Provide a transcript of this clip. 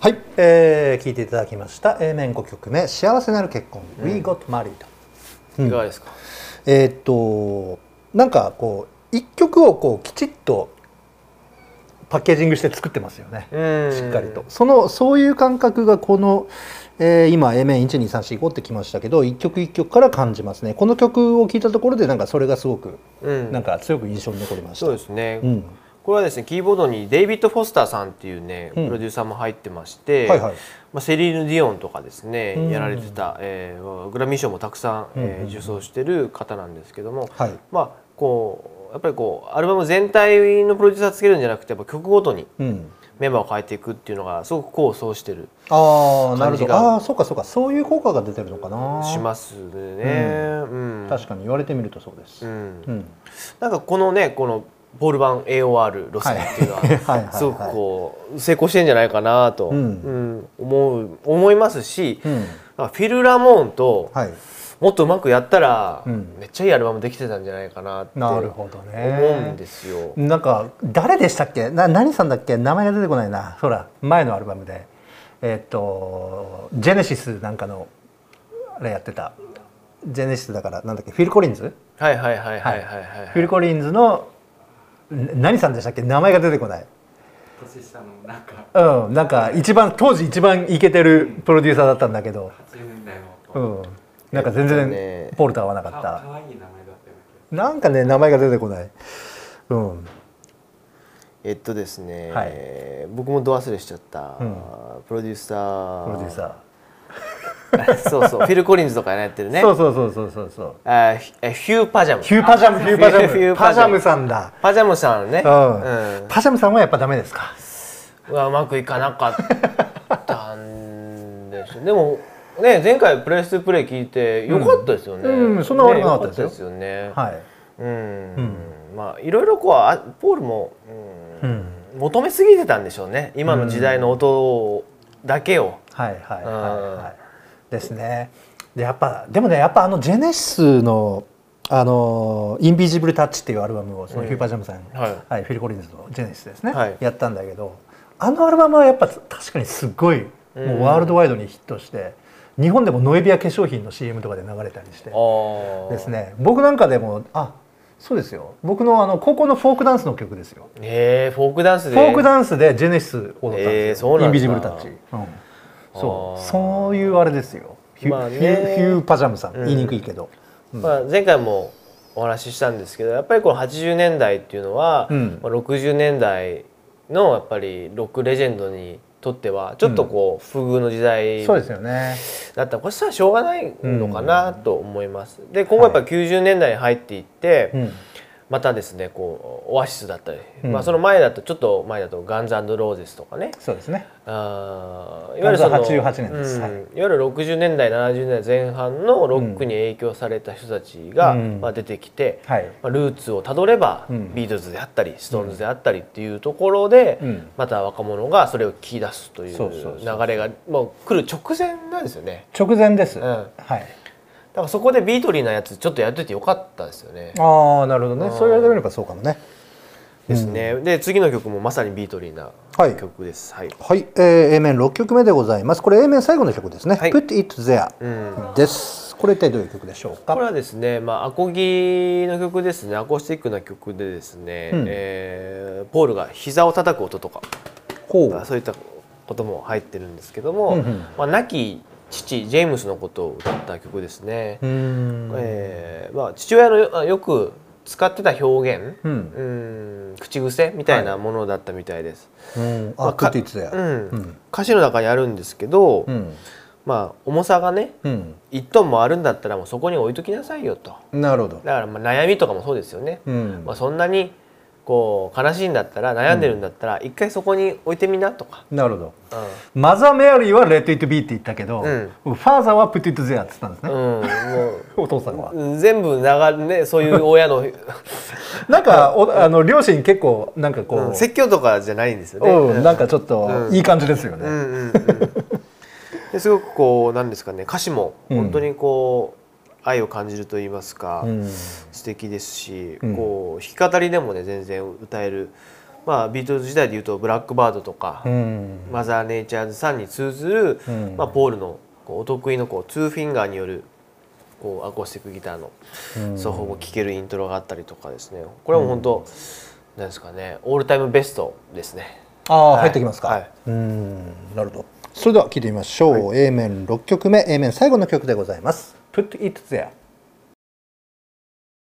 はい、えー、聞いていただきました A 面5曲目「幸せなる結婚、うん、We Got Married、うん」いかがですか、えー、っとなんかこう一曲をこうきちっとパッケージングして作ってますよねしっかりとそのそういう感覚がこの、えー、今 A 面12345ってきましたけど一曲一曲から感じますねこの曲を聴いたところでなんかそれがすごく、うん、なんか強く印象に残りましたそうですね、うんこれはですねキーボードにデイビッド・フォスターさんっていうね、うん、プロデューサーも入ってまして、はいはい、まあ、セリーヌ・ディオンとかですね、うん、やられてた、えー、グラミー賞もたくさん、えー、受賞してる方なんですけども、はい、まあこうやっぱりこうアルバム全体のプロデューサーつけるんじゃなくてやっぱ曲ごとに。メンバーを変えていくっていうのがすごく構想してるああなるほどああそうかそうかそういう効果が出てるのかな、しますね、うん確かに言われてみるとそうです、なんかこのねこのポール版 AOR ロスっていうのはすごくこう成功してんじゃないかなと、うん思う思いますし、うん、フィル・ラモーンともっとうまくやったら、めっちゃいいアルバムできてたんじゃないかなって思うんですよ。な、ね、んか誰でしたっけな何さんだっけ名前が出てこないなほら前のアルバムで、えー、っとジェネシスなんかのあれやってた。ジェネシスだからなんだっけフィル・コリンズはいはいはいはいはい、はい、フィル・コリンズの何さんでしたっけ名前が出てこない年下のなんかうんなんか一番当時一番イケてるプロデューサーだったんだけど、うん、うん、なんか全然ポルと合わなかった、ね、なんかね名前が出てこないうんえっとですね、はい、僕もど忘れしちゃった、うん、プロデューサープロデューサー そうそう、フィル・コリンズとかやってるね。そうそうそうそうそうそう。あ、ヒュー・パジャム。ヒュー・パジャム、ヒュー・パジャム。ュパジャムさんだ。パジャムさんね。うん。うん、パジャムさんはやっぱダメですか。うわ、うまくいかなかったんです。でも。ね、前回プレスプレイ聞いて、よかったですよね。うん、うん、そんな悪くなかったですよね。はい。うん。まあ、いろいろこう、あ、ポールも。うん。求めすぎてたんでしょうね。今の時代の音。だけを。はいはいはいはい。ですね。でやっぱでもねやっぱあのジェネシスのあのインビジブルタッチっていうアルバムをそのヒューパージャムさん、うんはい、はい、フィルコリンズのジェネシスですね、はい、やったんだけど、あのアルバムはやっぱ確かにすごいもうワールドワイドにヒットして。うん、日本でもノエビア化粧品の CM とかで流れたりしてですね僕なんかでもあそうですよ僕のあの高校のフォークダンスの曲ですよえー、フォークダンスでフォークダンスでジェネシス踊ったんですよ、えー、インビジブルタッチ、うん、そうそういうあれですよヒュ,まあね、ヒューパジャムさん、言いにくいけど、うん、まあ、前回もお話ししたんですけどやっぱりこの80年代っていうのは、うん、まあ、60年代のやっぱりロックレジェンドにとってはちょっとこう不遇の時代そうですよねだったらこれはしょうがないのかなと思います。で今後やっぱり90年代に入っていって、はいうんまたですねこうオアシスだったり、うん、まあ、その前だとちょっと前だとガンズローゼスとかねそうですねあいわゆるその88年です、うん、い、わゆる60年代70年代前半のロックに影響された人たちが、うん、まあ、出てきて、はいまあ、ルーツをたどれば、ビートルズであったりストーンズであったりっていうところで、また若者がそれを聞き出すという流れがもう来る直前なんですよね直前です、はいだからそこでビートリーなやつちょっとやっといてよかったですよね。ああなるほどね、そう言われてみればそうかもね。ですね、うん、で次の曲もまさにビートリーな曲です。はい、はいはいえー、A 面6曲目でございます。これ A 面最後の曲ですね。はい、Put It There、うん、です。これ一体どういう曲でしょうかこれはですね、まあ、アコギの曲ですねアコースティックな曲でですね、うん、えー、ポールが膝を叩く音とかそういったことも入ってるんですけども、うんうん、まあ、亡き父ジェームスのことを歌った曲ですね。えーまあ、父親のよく使ってた表現、うん、口癖みたいなものだったみたいです。はいまあ、あ、うん、歌詞の中にあるんですけど、うん、まあ重さがね、うん、1トンもあるんだったらもうそこに置いときなさいよと。なるほど。だからまあ悩みとかもそうですよね。まあそんなにこう悲しいんだったら悩んでるんだったら一回そこに置いてみなとか、うん、なるほど、うん、マザー・メアリーは「レッド・イット・ビー」って言ったけど、うん、ファーザーは「プティット・ゼア」って言ったんですね、うん、もうお父さんは全部流ねそういう親 のなんかおあの両親結構なんかこう、、説教とかじゃないんですよね、うんなんかちょっといい感じですよね、うんうんうん、すごくこうなんですかね歌詞も本当にこう、愛を感じると言いますか、うん、素敵ですし、うん、こう弾き語りでもね全然歌えるまあ、ビートルズ時代でいうとブラックバードとか、マザー・ネイチャーズさんに通ずる、まあ、ポールのこうお得意のこうツーフィンガーによるこうアコースティックギターの奏法も聴けるイントロがあったりとかですねこれはもう本当、なんですかねオールタイムベストですね。ああ、はい、入ってきますか。はい、うんなるほど。それでは聴いてみましょう。はい、A 面6曲目 A 面最後の曲でございます。Put it there.